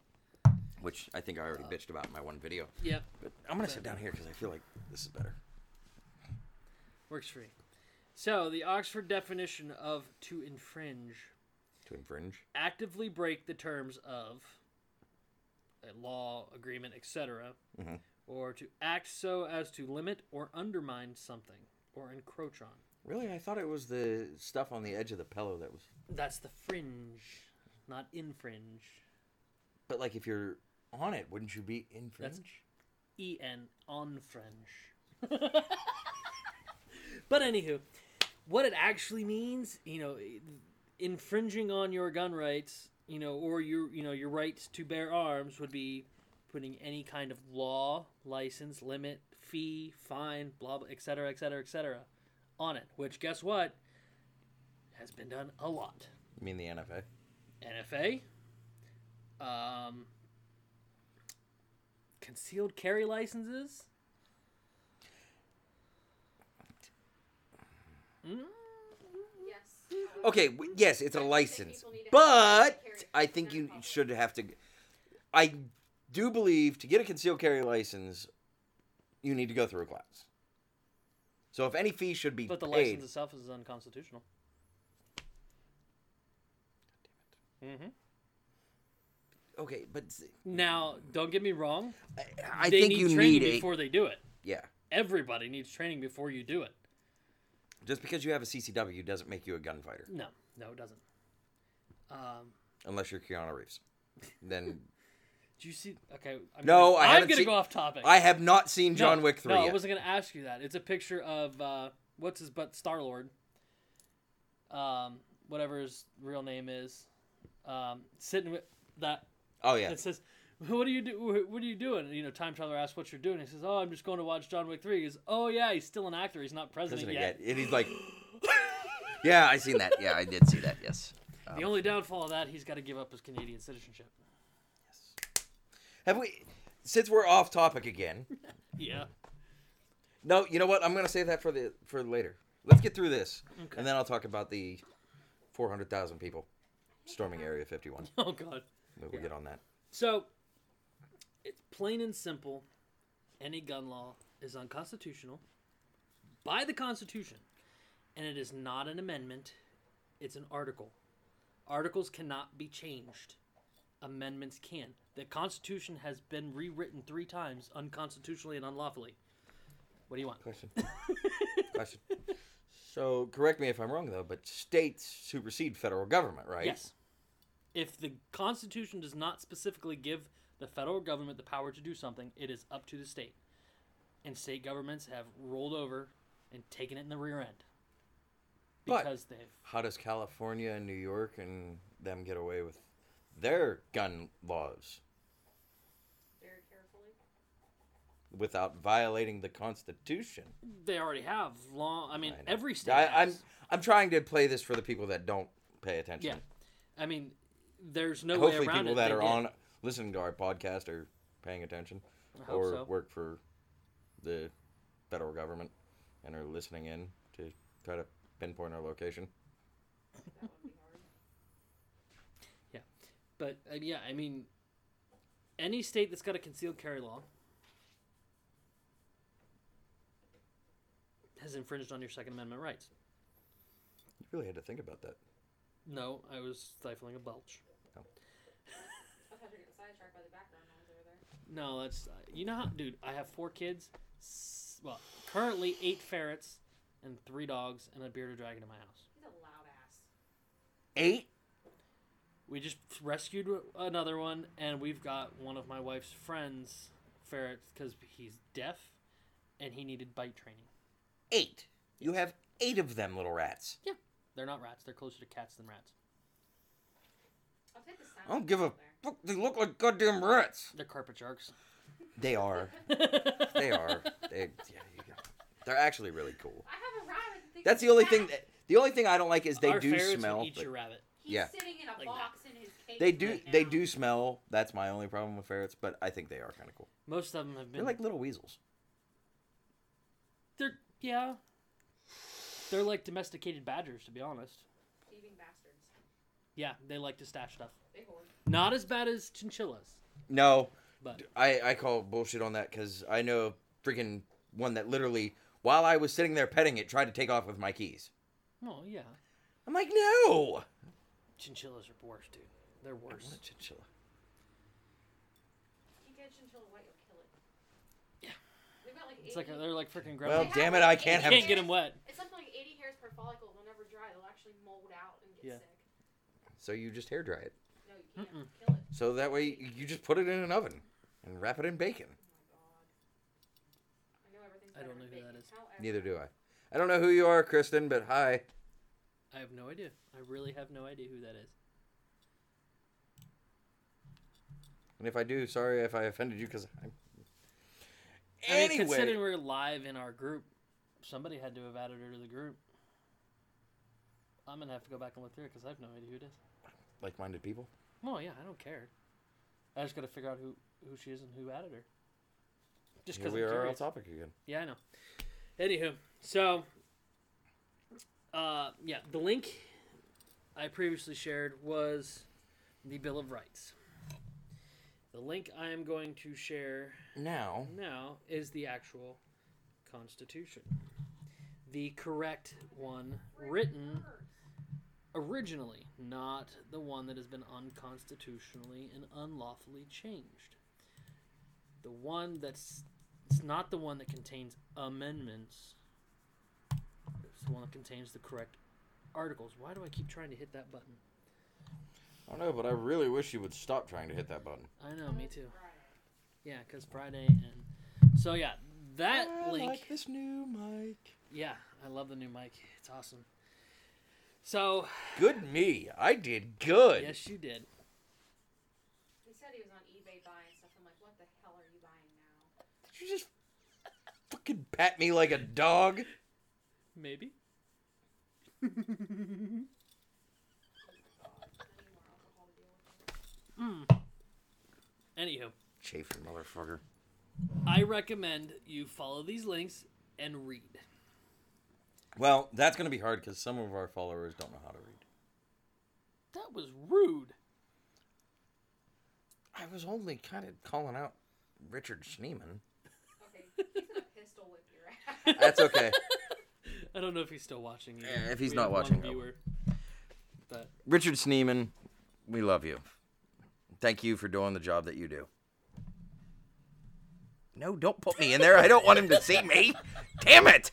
S2: which I think I already bitched about in my one video.
S1: Yep.
S2: But Uh, I'm going to sit down here because I feel like this is better.
S1: Works for me. So, the Oxford definition of to infringe
S2: To infringe.
S1: actively break the terms of a law, agreement, etc., or to act so as to limit or undermine something or encroach on.
S2: Really? I thought it was the stuff on the edge of the pillow that was.
S1: That's the fringe, not infringe.
S2: But, like, if you're on it, wouldn't you be infringe?
S1: E N on fringe. but anywho, what it actually means, you know, infringing on your gun rights, you know, or your you know your rights to bear arms would be putting any kind of law, license, limit, fee, fine, blah blah, et cetera, et cetera, et cetera, on it. Which guess what has been done a lot.
S2: You mean the NFA?
S1: NFA, um, concealed carry licenses.
S3: Yes.
S2: Okay, w- yes, it's a
S3: think
S2: license,
S3: Mm-hmm. people need to have a
S2: but
S3: concealed carry
S2: I think
S3: not a
S2: you
S3: problem.
S2: should have to. I do believe to get a concealed carry license, you need to go through a class. So if any fee should be
S1: But the
S2: paid,
S1: license itself is unconstitutional.
S2: okay, but s-
S1: Mm-hmm. Now, don't get me wrong.
S2: I, I
S1: they
S2: think
S1: need
S2: you
S1: training
S2: need a
S1: before they do it.
S2: yeah.
S1: Everybody needs training before you do it.
S2: Just because you have a CCW doesn't make you a gunfighter,
S1: No, no, it doesn't. Um,
S2: unless you're Keanu Reeves. Then
S1: do you see? Okay, I'm
S2: No,
S1: gonna,
S2: I
S1: I'm
S2: haven't
S1: gonna
S2: seen-
S1: go off topic.
S2: I have not seen
S1: No,
S2: John Wick three
S1: No, I
S2: yet.
S1: wasn't gonna ask you that. It's a picture of uh, what's his butt Star Lord, um, whatever his real name is, um, sitting with that
S2: Oh yeah,
S1: It says, "What are you do? What are you doing?" And, you know, time traveler asks, "What you're doing?" He says, "Oh, I'm just going to watch John Wick 3. He goes, "Oh yeah, he's still an actor. He's not president,
S2: Doesn't it
S1: yet."
S2: yet? And he's like, yeah, I seen that. Yeah, I did see that. Yes.
S1: The only downfall of that, he's got to give up his Canadian citizenship.
S2: Have we? Since we're off topic again.
S1: Yeah.
S2: No, you know what? I'm gonna save that for the for later. Let's get through this, and then I'll talk about the 400,000 people storming Area 51.
S1: Oh god.
S2: We'll get on that.
S1: So it's plain and simple. Any gun law is unconstitutional by the Constitution, and it is not an amendment. It's an article. Articles cannot be changed. Amendments can. The Constitution has been rewritten three times unconstitutionally and unlawfully. What do you want?
S2: Question. Question. So, correct me if I'm wrong, though, but states supersede federal government, right?
S1: Yes. If the Constitution does not specifically give the federal government the power to do something, it is up to the state. And state governments have rolled over and taken it in the rear end.
S2: But-
S1: Because they've.
S2: How does California and New York and them get away with their gun laws
S3: Very carefully.
S2: without violating the Constitution?
S1: They already have long. I mean,
S2: I know.
S1: every state.
S2: I, I'm
S1: has.
S2: I'm trying to play this for the people that don't pay attention.
S1: Yeah. I mean, there's no way
S2: Hopefully,
S1: around
S2: people
S1: it.
S2: that
S1: They
S2: are
S1: did.
S2: on listening to our podcast are paying attention,
S1: hope
S2: or
S1: so.
S2: work for the federal government and are listening in to try to pinpoint our location.
S3: That would be hard.
S1: Yeah, but uh, yeah, I mean, any state that's got a concealed carry law has infringed on your Second Amendment rights.
S2: You really had to think about that.
S1: No, I was stifling a belch.
S3: I thought you were getting sidetracked by the background noise over there.
S1: No, that's uh, you know, how, dude. I have four kids. s- Well, currently eight ferrets and three dogs and a bearded dragon in my house.
S3: He's a loud ass.
S2: Eight.
S1: We just rescued another one, and we've got one of my wife's friends, ferret, because he's deaf, and he needed bite training.
S2: Eight. You have eight of them little rats.
S1: Yeah, they're not rats. They're closer to cats than rats.
S3: I'll take the sound.
S2: I don't give a
S3: off there.
S2: fuck. They look like goddamn rats.
S1: They're carpet sharks.
S2: They are. they are. They. Yeah, you go. They're actually really cool.
S3: I have a rabbit. that thinks
S2: That's the
S3: he's
S2: only
S3: fat.
S2: thing that the only thing I don't like is they
S1: Our
S2: do
S1: ferrets would
S2: smell.
S1: eat
S2: but
S1: your rabbit.
S3: He's
S2: Yeah.
S3: sitting in a
S1: Like
S3: box in his cage.
S2: they do
S3: right
S2: they
S3: now.
S2: do smell. That's my only problem with ferrets, but I think they are kind of cool.
S1: Most of them have
S2: They're
S1: been.
S2: like little weasels.
S1: they're yeah. They're like domesticated badgers, to be honest.
S3: Thieving bastards.
S1: Yeah, they like to stash stuff.
S3: They hoard.
S1: Not as bad as chinchillas,
S2: No,
S1: but
S2: I I call bullshit on that because I know freaking one that literally while I was sitting there petting it tried to take off with my keys.
S1: well, yeah,
S2: I'm like, no.
S1: chinchillas are worse, dude. They're
S2: I want
S1: worse.
S2: a chinchilla.
S3: You get chinchilla white, you'll kill it.
S1: Yeah.
S3: They've got like 80.
S1: It's like they're like freaking
S2: Well,
S1: gremlins.
S2: damn it, I can't
S1: You
S2: have.
S1: can't get them wet.
S3: It's something like 80 hairs per follicle. They'll never dry. They'll actually mold out and get
S1: Yeah.
S3: sick.
S2: So you just hair dry it.
S3: No, you can't. Kill it.
S2: So that way you just put it in an oven and wrap it in bacon.
S3: Oh my god. I know
S1: I
S3: everything's better
S1: don't know
S3: than
S1: who that
S3: bacon.
S1: is.
S3: However,
S2: Neither do I. I don't know who you are, Kristen, but hi.
S1: I have no idea. I really have no idea who that is.
S2: And if I do, sorry if I offended you because I'm.
S1: I mean,
S2: Anyway,
S1: considering we're live in our group, somebody had to have added her to the group. I'm gonna have to go back and look through it because I have no idea who it is.
S2: like-minded people.
S1: Well, yeah, I don't care. I just gotta figure out who who she is and who added her. Just
S2: Here
S1: because
S2: we
S1: we
S2: are on topic again.
S1: Yeah, I know. Anywho, so uh, yeah, the link I previously shared was the Bill of Rights. The link I am going to share
S2: Now,
S1: now is the actual Constitution. The correct one written originally, not the one that has been unconstitutionally and unlawfully changed. The one that's it's not the one that contains amendments. It's the one that contains the correct articles. Why do I keep trying to hit that button?
S2: I don't know, but I really wish you would stop trying to hit that button.
S1: I know, Oh, me too.
S3: Right.
S1: Yeah, because Friday and so yeah, that
S2: I
S1: link.
S2: like this new mic.
S1: Yeah, I love the new mic. It's awesome. So,
S2: Good me, I did good.
S1: yes, you did.
S3: He said he was on eBay buying stuff. I'm like, what the hell are you buying now?
S2: Did you just fucking pat me like a dog?
S1: Maybe.
S3: I need more alcohol to deal with.
S1: Anywho,
S2: Chafing motherfucker.
S1: I recommend you follow these links and read.
S2: Well, that's gonna be hard because some of our followers don't know how to read.
S1: That was rude.
S2: I was only kind of calling out Richard Schneeman.
S3: Okay, he's gonna pistol whip your ass.
S2: That's okay.
S1: I don't know if he's still watching. either.
S2: Yeah, Eh, if he's
S1: We
S2: not
S1: have one
S2: watching, I
S1: viewer. But
S2: Richard Schneeman, we love you. Thank you for doing the job that you do. No, don't put me in there. I don't want him to see me. Damn it.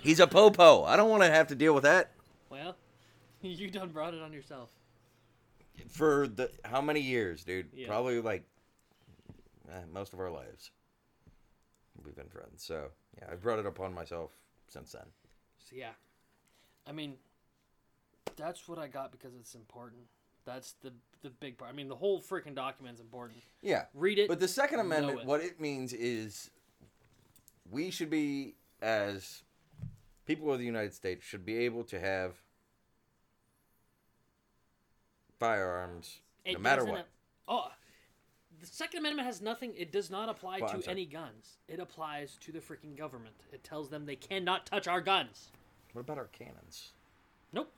S2: He's a popo. I don't want to have to deal with that.
S1: well, you done brought it on yourself.
S2: For the how many years, dude?
S1: Yeah.
S2: Probably like eh, most of our lives. We've been friends. So, yeah, I've brought it upon myself since then.
S1: So yeah, I mean, that's what I got because it's important. That's the the big part. I mean, the whole freaking document's important.
S2: Yeah.
S1: Read it.
S2: But the Second
S1: know
S2: Amendment,
S1: it.
S2: what it means is we should be, as people of the United States, should be able to have firearms
S1: It
S2: no matter
S1: doesn't
S2: what.
S1: a- oh, the Second Amendment has nothing. It does not apply
S2: Well, I'm
S1: to
S2: sorry.
S1: any guns. It applies to the freaking government. It tells them they cannot touch our guns.
S2: What about our cannons?
S1: Nope.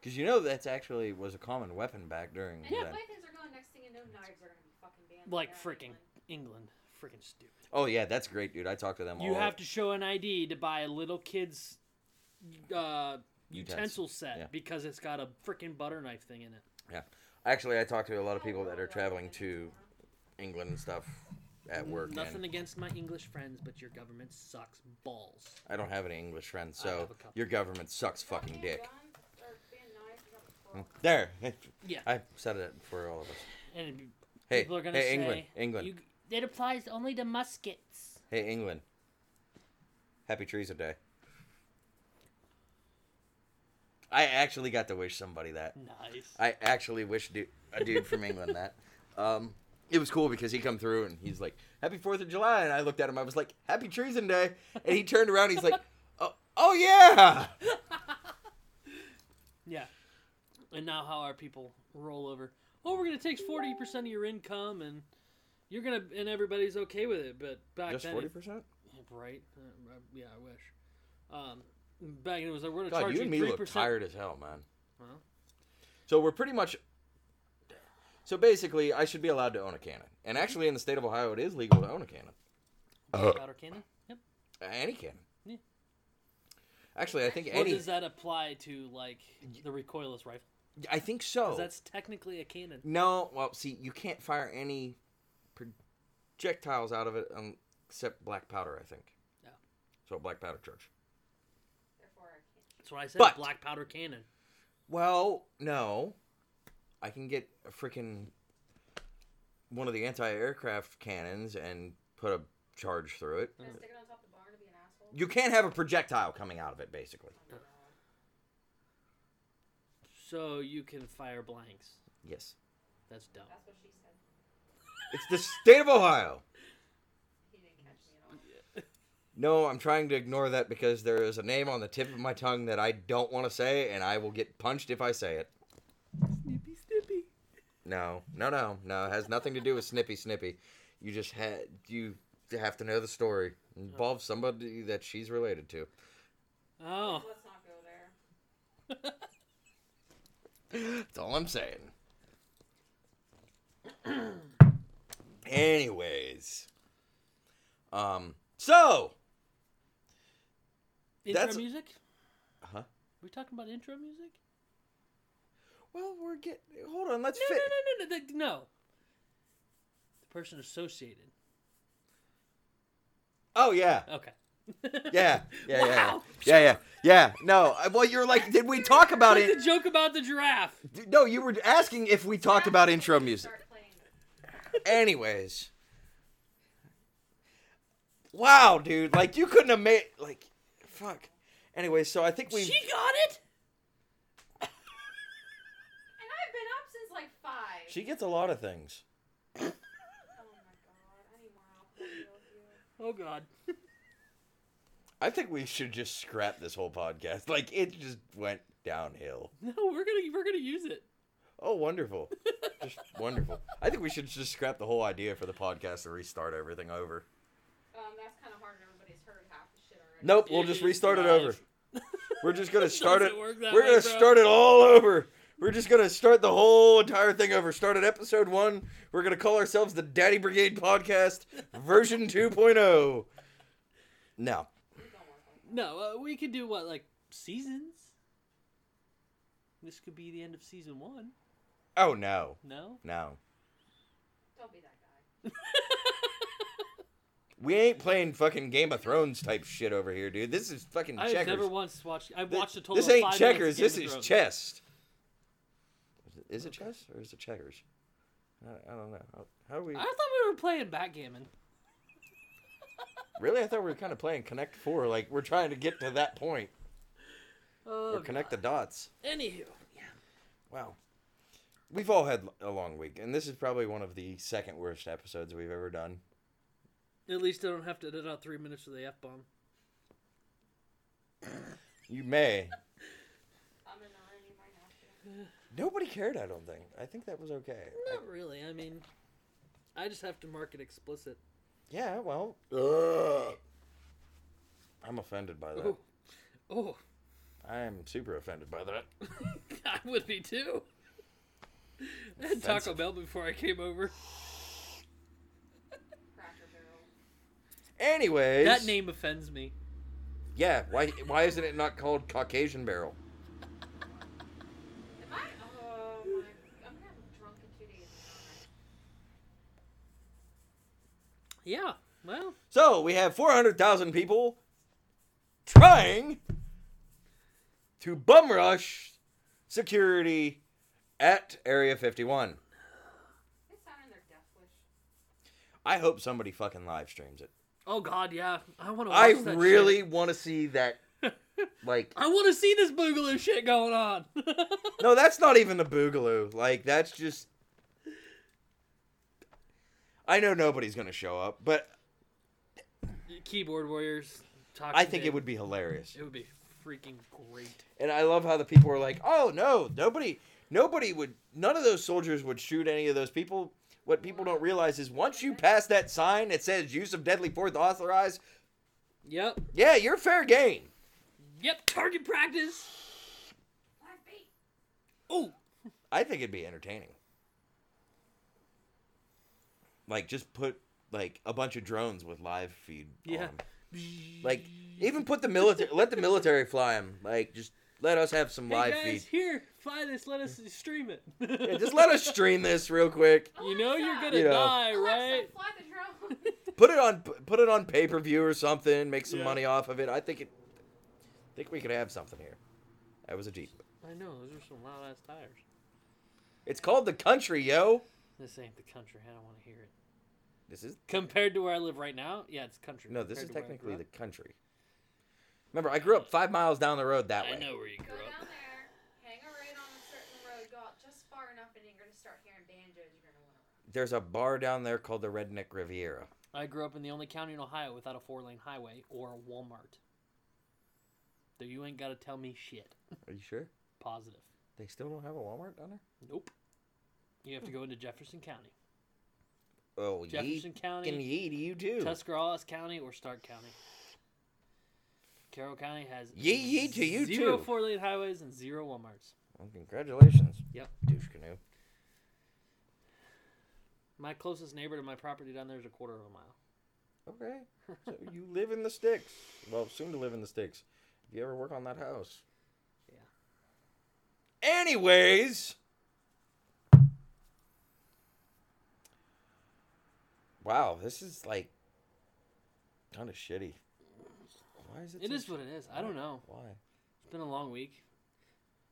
S2: Because you know that's actually was a common weapon back during
S3: And if
S2: then.
S3: weapons are going next thing you know, knives are gonna be fucking banned.
S1: Like
S3: throughout
S1: freaking
S3: England.
S1: England. Freaking stupid.
S2: Oh yeah, that's great, dude. I talked to them.
S1: You
S2: all
S1: have to show an ID to buy a little kid's uh, utensil set
S2: yeah.
S1: because it's got a freaking butter knife thing in it.
S2: Yeah. Actually, I talked to a lot of people that are traveling to England and stuff at work.
S1: Nothing
S2: and
S1: against my English friends, but your government sucks balls.
S2: I don't have any English friends,
S1: I
S2: so
S1: have a couple.
S2: your government sucks fucking
S3: Ban
S2: dick.
S3: guns or ban knives without a quarrel.
S2: There.
S1: Yeah.
S2: I said it for all of us.
S1: And it'd be-
S2: Hey,
S1: people are gonna
S2: hey,
S1: say
S2: England, England,
S1: "You- it applies only to muskets.
S2: hey, England. Happy Trees Day. I actually got to wish somebody that.
S1: Nice.
S2: I actually wish du- a dude from England that. Um, it was cool because he come through and he's like, "Happy Fourth of July," and I looked at him. I was like, "Happy Treason Day," and he turned around. He's like, "Oh, oh yeah."
S1: Yeah. And now how our people roll over. Oh, we're gonna take forty percent of your income, and you're gonna, and everybody's okay with it. But back
S2: Just
S1: then,
S2: forty
S1: it-
S2: percent.
S1: right? Uh, uh, yeah, I wish. Um, back then it was like we're gonna
S2: God,
S1: charge
S2: you
S1: you
S2: and me
S1: three
S2: look
S1: percent.
S2: tired as hell, man.
S1: Well.
S2: So we're pretty much. So basically, I should be allowed to own a cannon, and actually, in the state of Ohio, it is legal to own a cannon,
S1: Powder cannon. Yep.
S2: Uh, any cannon.
S1: Yeah.
S2: Actually, I think
S1: Or
S2: any. Oh.
S1: does that apply to like the recoilless rifle?
S2: I think so.
S1: 'Cause that's technically a cannon.
S2: No, well, see, you can't fire any projectiles out of it um, except black powder, I think.
S1: Yeah.
S2: So black powder charge.
S3: Therefore, I can't.
S1: That's what I said.
S2: But-
S1: black powder cannon.
S2: Well, no, I can get a freaking one of the anti-aircraft cannons and put a charge through it.
S1: Uh.
S3: Gonna uh, stick it on top of the barn to be an asshole. uh,
S2: You can't have a projectile coming out of it, basically.
S1: So you can fire blanks.
S2: Yes,
S1: That's dumb.
S3: That's what she said.
S2: it's the state of Ohio.
S3: He didn't catch me at all.
S2: No, I'm trying to ignore that because there is a name on the tip of my tongue that I don't want to say, and I will get punched if I say it.
S1: Snippy, snippy.
S2: No, no, no, no. It has nothing to do with Snippy Snippy. You just had you have to know the story. It involves somebody that she's related to.
S1: Oh,
S3: Let's not go there.
S2: That's all I'm saying. Anyways, um, so
S1: intro
S2: That's-
S1: music.
S2: Huh?
S1: We talking about intro music?
S2: well, we're getting. Hold on, let's
S1: No, no,
S2: fit.
S1: no, no, no, the- no. The person associated.
S2: Oh yeah,
S1: Okay.
S2: yeah, yeah, yeah,
S1: Wow.
S2: yeah, yeah, yeah. No, I- well, you're like, did we talk about
S1: Like
S2: it?
S1: the joke about the giraffe.
S2: No, you were asking if we talked about intro music.
S3: Start playing.
S2: Anyways. Wow, dude. Like, you couldn't have made. Like, fuck. Anyways, so I think we.
S1: She got it.
S3: And I've been up since like five.
S2: She gets a lot of things.
S3: Oh my god, I need more alcohol.
S1: Oh God.
S2: I think we should just scrap this whole podcast. Like, it just went downhill.
S1: No, we're gonna we're gonna use it.
S2: Oh, wonderful. just wonderful. I think we should just scrap the whole idea for the podcast and restart everything over.
S3: Um, that's kind of hard. when Everybody's heard half the shit already.
S2: Nope, we'll just restart it over. We're just gonna start it.
S1: Doesn't work that
S2: We're
S1: way,
S2: gonna
S1: bro.
S2: start it all over. We're just gonna start the whole entire thing over. Start at episode one. We're gonna call ourselves the Daddy Brigade Podcast version 2.0. No,
S1: No, uh, we could do what like seasons. This could be the end of season one.
S2: oh no,
S1: No,
S2: no.
S3: Don't be that guy.
S2: We ain't playing fucking Game of Thrones type shit over here, dude. This is fucking
S1: I've
S2: checkers.
S1: never once watched. I've
S2: Th-
S1: watched a total.
S2: This
S1: of
S2: ain't
S1: five minutes of
S2: checkers.
S1: Game
S2: This
S1: of
S2: is
S1: Thrones.
S2: chess. Is it- Is it chess or is it checkers? I, I don't know. How, how are we?
S1: I thought we were playing backgammon.
S2: Really, I thought we were kind of playing Connect Four. Like we're trying to get to that point
S1: Oh,
S2: or connect the dots.
S1: anywho,
S2: Wow. We've all had a long week, and this is probably one of the second worst episodes we've ever done.
S1: at least I don't have to edit out three minutes of the f bomb.
S2: You may.
S3: I'm a nine. You might have to.
S2: Nobody cared, I don't think. I think that was okay. I-
S1: Not really. I mean, I just have to mark it explicit.
S2: yeah, well. Ugh. I'm offended by that.
S1: Oh, oh,
S2: I'm super offended by that.
S1: I would be too. I had Taco
S2: Offensive.
S1: Bell before I came over.
S3: Cracker Barrel.
S2: Anyways.
S1: That name offends me.
S2: Yeah, why why isn't it not called Caucasian Barrel?
S3: Am I? Oh my! I'm gonna have drunk in two days.
S1: Yeah. Well,
S2: So we have 400,000 people trying to bum rush security at Area 51.
S3: It's not in their death wish.
S2: I hope somebody fucking live streams it.
S1: oh god, yeah. I want to.
S2: I really want to see that. Like,
S1: I want to see this boogaloo shit going on.
S2: no, that's not even the boogaloo. Like, that's just. I know nobody's gonna show up, but
S1: Keyboard warriors. Talking
S2: I think it would be hilarious.
S1: It would be freaking great.
S2: And I love how the people were like, "Oh no, nobody, nobody would, none of those soldiers would shoot any of those people." What people don't realize is once you pass that sign that says "use of deadly force authorized,"
S1: Yep.
S2: yeah, you're fair game.
S1: Yep. Target practice.
S3: My feet.
S1: Oh.
S2: I think it'd be entertaining. Like just put like a bunch of drones with live feed.
S1: Yeah.
S2: on 'em. Like even put the military, let the military fly them. Like just let us have some
S1: Hey
S2: live
S1: guys,
S2: feed.
S1: here, fly this. Let us stream it.
S2: Yeah, just let us stream this real quick.
S1: You know you're gonna
S2: You know.
S1: die,
S3: Alexa,
S1: right?
S3: Fly the drone.
S2: put it on put it on pay per view or something. Make some
S1: Yeah.
S2: money off of it. I think it. I think we could have something here. That was a jeep.
S1: I know those are some loud ass tires.
S2: It's called the country, yo.
S1: This ain't the country. I don't want to hear it.
S2: This is
S1: Compared to where I live right now, yeah, it's country.
S2: no. This is
S1: compared to
S2: technically
S1: where I
S2: the country. Remember, I grew up five miles down the road that
S1: grew up.
S2: way.
S1: I know where you
S3: Go
S1: grew up.
S3: down there. Hang a raid on a certain road. Go out just far enough, and you're gonna start hearing banjos. You're gonna want to run.
S2: There's a bar down there called the Redneck Riviera.
S1: I grew up in the only county in Ohio without a four lane highway or a Walmart. So you ain't gotta tell me shit.
S2: Are you sure
S1: Positive.
S2: they still don't have a Walmart down there?
S1: Nope. You have to go into Jefferson County,
S2: Oh, ye
S1: Jefferson
S2: fucking
S1: County,
S2: yee to you too.
S1: Tuscarawas County, or Stark County. Carroll County has
S2: Yee yee to you
S1: zero
S2: too.
S1: four lane highways and zero Walmarts.
S2: Well, congratulations.
S1: Yep.
S2: Douche canoe.
S1: My closest neighbor to my property down there is a quarter of a mile.
S2: Okay. So you live in the sticks. Well, soon to live in the sticks. If you ever work on that house.
S1: Yeah.
S2: Anyways. Wow, this is like kind of shitty. Why is it?
S1: It
S2: so
S1: is
S2: sh-
S1: what it is. I don't know.
S2: Why?
S1: It's been a long week.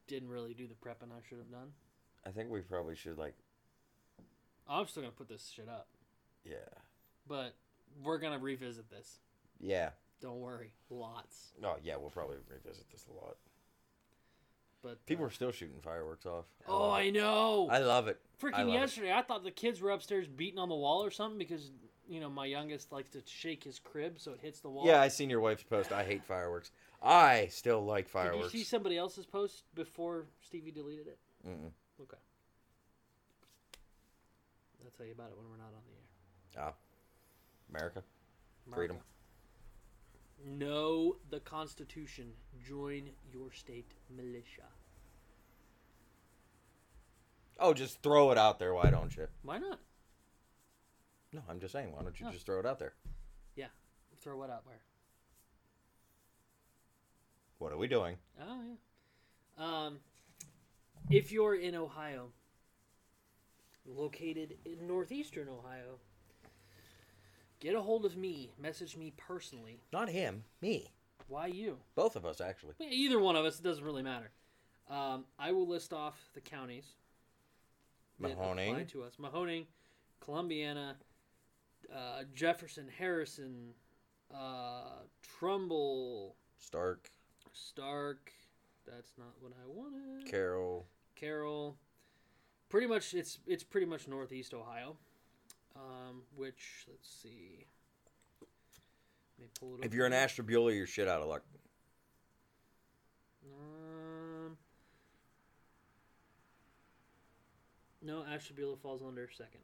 S1: Didn't really do the prepping I should have done.
S2: I think we probably should like.
S1: I'm still gonna put this shit up,
S2: Yeah.
S1: but we're gonna revisit this.
S2: Yeah.
S1: Don't worry, lots.
S2: Oh yeah, we'll probably revisit this a lot.
S1: But
S2: People
S1: uh,
S2: are still shooting fireworks off.
S1: oh,
S2: love
S1: I
S2: it.
S1: know.
S2: I love it. I
S1: Freaking
S2: love it.
S1: yesterday, I thought the kids were upstairs beating on the wall or something because you know my youngest likes to shake his crib so it hits the wall.
S2: Yeah, I seen your wife's post. I hate fireworks. I still like
S1: Did
S2: fireworks.
S1: you see somebody else's post before Stevie deleted it?
S2: Mm-mm.
S1: Okay. I'll tell you about it when we're not on the air.
S2: America.
S1: America.
S2: Freedom.
S1: Know the Constitution. Join your state militia.
S2: Oh, just throw it out there. Why don't you?
S1: Why not?
S2: No, I'm just saying. Why don't you
S1: No.
S2: just throw it out there?
S1: Yeah. Throw what out where?
S2: What are we doing?
S1: Oh yeah. Um, if you're in Ohio, located in northeastern Ohio, get a hold of me. Message me personally.
S2: Not him, me.
S1: Why you?
S2: Both of us, actually.
S1: Well, Either one of us. It doesn't really matter. Um, I will list off the counties that apply
S2: Mahoning.
S1: to us: Mahoning, Columbiana, uh, Jefferson, Harrison, uh, Trumbull,
S2: Stark,
S1: Stark. That's not what I wanted.
S2: Carroll.
S1: Carroll. Pretty much, it's it's pretty much northeast Ohio, um, which let's see. Let me pull it. up
S2: If you're an
S1: here.
S2: Ashtabula, you're shit out of luck.
S1: um, no, Ashtabula falls under second.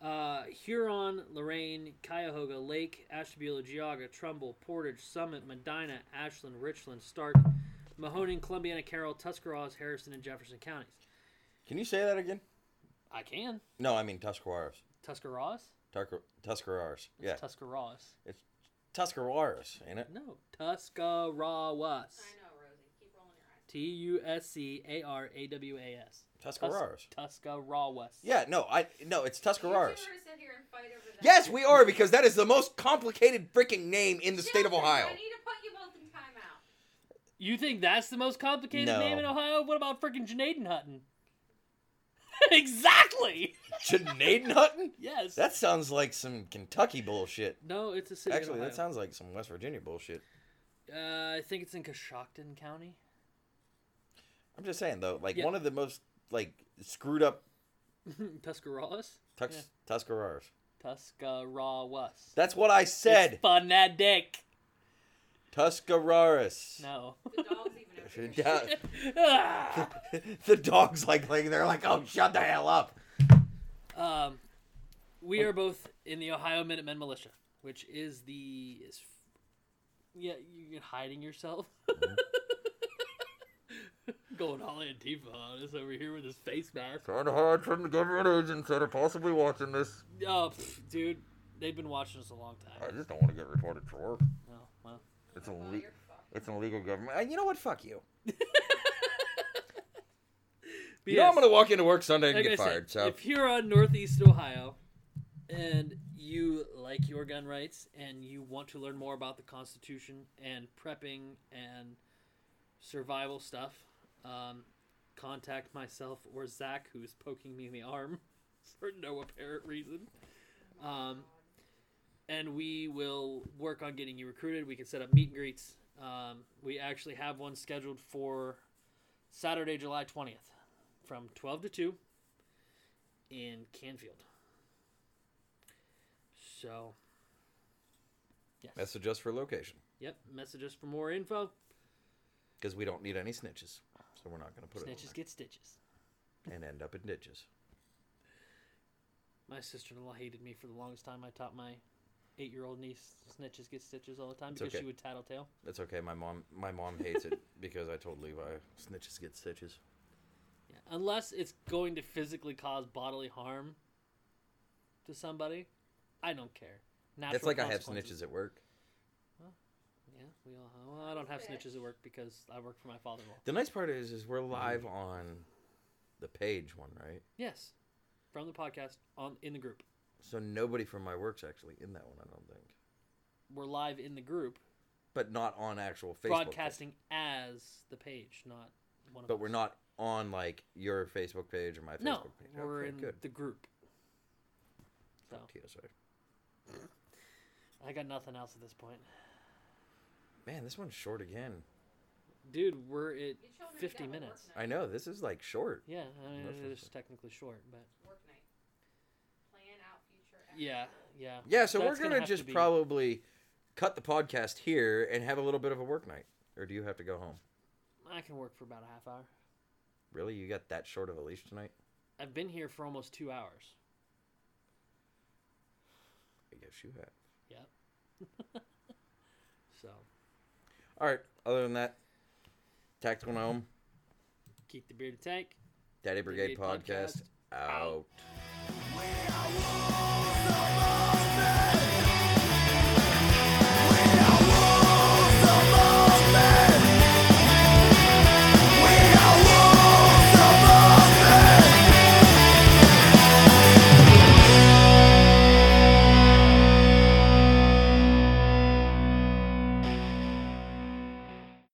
S1: Uh, Huron, Lorraine, Cuyahoga, Lake, Ashtabula, Geauga, Trumbull, Portage, Summit, Medina, Ashland, Richland, Stark, Mahoning, Columbiana, Carroll, Tuscarawas, Harrison, and Jefferson counties.
S2: Can you say that again?
S1: I can
S2: No, I mean Tuscarawas.
S1: Tuscarawas.
S2: Tuscar- Tuscarawas.
S1: It's
S2: Yeah.
S1: Tuscarawas.
S2: it's Tuscarawas, ain't it?
S1: No, Tuscarawas.
S3: I know, Rosie. Keep rolling your eyes.
S1: T U S C A R A W A S.
S2: Tuscarawas.
S1: Tuscarawas.
S2: Yeah, no, I no, it's Tuscarawas.
S3: You two are gonna sit here and fight over that.
S2: Yes, we are because that is the most complicated freaking name in the state of
S3: Children,
S2: Ohio.
S3: I need to put you both in timeout.
S1: You think that's the most complicated
S2: No.
S1: name in Ohio? What about freaking Janaden Hutton? exactly.
S2: Janaden Hutton?
S1: Yes.
S2: That sounds like some Kentucky bullshit.
S1: no, it's a city. in
S2: Actually,
S1: Ohio.
S2: that sounds like some West Virginia bullshit.
S1: Uh, I think it's in Coshocton County.
S2: I'm just saying though, like
S1: Yeah.
S2: one of the most like screwed up
S1: Tuscarawas.
S2: tux- Tuscarawas.
S1: Tuscarawas.
S2: That's what I said.
S1: It's phonetic.
S2: Tuscarawas.
S1: No.
S3: The dog's even over here.
S2: Yeah.
S1: Ah!
S2: the dogs like like they're like, oh, shut the hell up.
S1: Um, we
S2: Oh.
S1: are both in the Ohio Minutemen Militia, which is the is, yeah you're hiding yourself.
S2: Mm-hmm.
S1: Going all Antifa on us over here with his face mask.
S2: Trying to hide from the government agents that are possibly watching this.
S1: Oh, pff, dude, they've been watching us a long time.
S2: just don't want to get reported for work.
S1: Oh, well,
S2: It's
S3: Well,
S2: ille-
S3: Oh, you're fucked.
S2: It's an illegal government. And Uh, you know what? Fuck you.
S1: But
S2: You know
S1: yes,
S2: I'm gonna walk into work Sunday and
S1: like I
S2: get
S1: said,
S2: fired. so
S1: if you're on Northeast Ohio and you like your gun rights and you want to learn more about the Constitution and prepping and survival stuff, um, contact myself or Zach, who is poking me in the arm for no apparent reason. Um, and we will work on getting you recruited. We can set up meet and greets. Um, we actually have one scheduled for Saturday, July 20th from 12 to 2 in Canfield. So, yes.
S2: message us for location
S1: Yep, message us for more info.
S2: because we don't need any snitches, so we're not gonna put
S1: Snitches
S2: it
S1: get stitches.
S2: on there and end up in ditches.
S1: My sister in law hated me for the longest time. I taught my eight year old niece snitches get stitches all the time
S2: It's
S1: because
S2: okay.
S1: she would tattletale.
S2: That's okay. My mom, my mom hates it because I told Levi snitches get stitches.
S1: Yeah. Unless it's going to physically cause bodily harm to somebody, I don't care. Natural
S2: That's like I have
S1: consequences.
S2: snitches at work.
S1: Yeah, we all have. Well, I don't have snitches at work because I work for my father in law.
S2: The nice part is, is we're
S1: Mm-hmm.
S2: live on the page one, right?
S1: Yes, from the podcast on in the group.
S2: So nobody from my work's actually in that one. I don't think,
S1: We're live in the group,
S2: but not on actual Facebook.
S1: broadcasting as the page, not one of
S2: But
S1: us.
S2: we're not on like your Facebook page or my Facebook
S1: No,
S2: page.
S1: we're
S2: Okay,
S1: in
S2: good.
S1: the group. So
S2: TSA.
S1: I got nothing else at this point,
S2: Man, this one's short again.
S1: dude. We're at
S3: You children have
S1: fifty
S3: got a
S1: minutes.
S2: I
S3: Work night.
S2: know this is like short.
S1: Yeah, I mean,
S2: That's what
S1: it's
S2: she-
S1: technically short, but
S3: Work night. Plan out future.
S1: yeah,
S3: activities.
S1: yeah,
S2: Yeah, so
S1: That's
S2: we're
S1: gonna
S2: gonna,
S1: have to
S2: just
S1: be-
S2: probably cut the podcast here and have a little bit of a work night. Or do you have to go home?
S1: I can work for about a half hour.
S2: Really, you got that short of a leash tonight?
S1: I've been here for almost two hours.
S2: I guess you have.
S1: Yep. So
S2: All right. Other than that, tactical gnome,
S1: keep the bearded tank.
S2: Daddy Brigade,
S1: Brigade Podcast,
S2: podcast, out.
S5: We are wolves.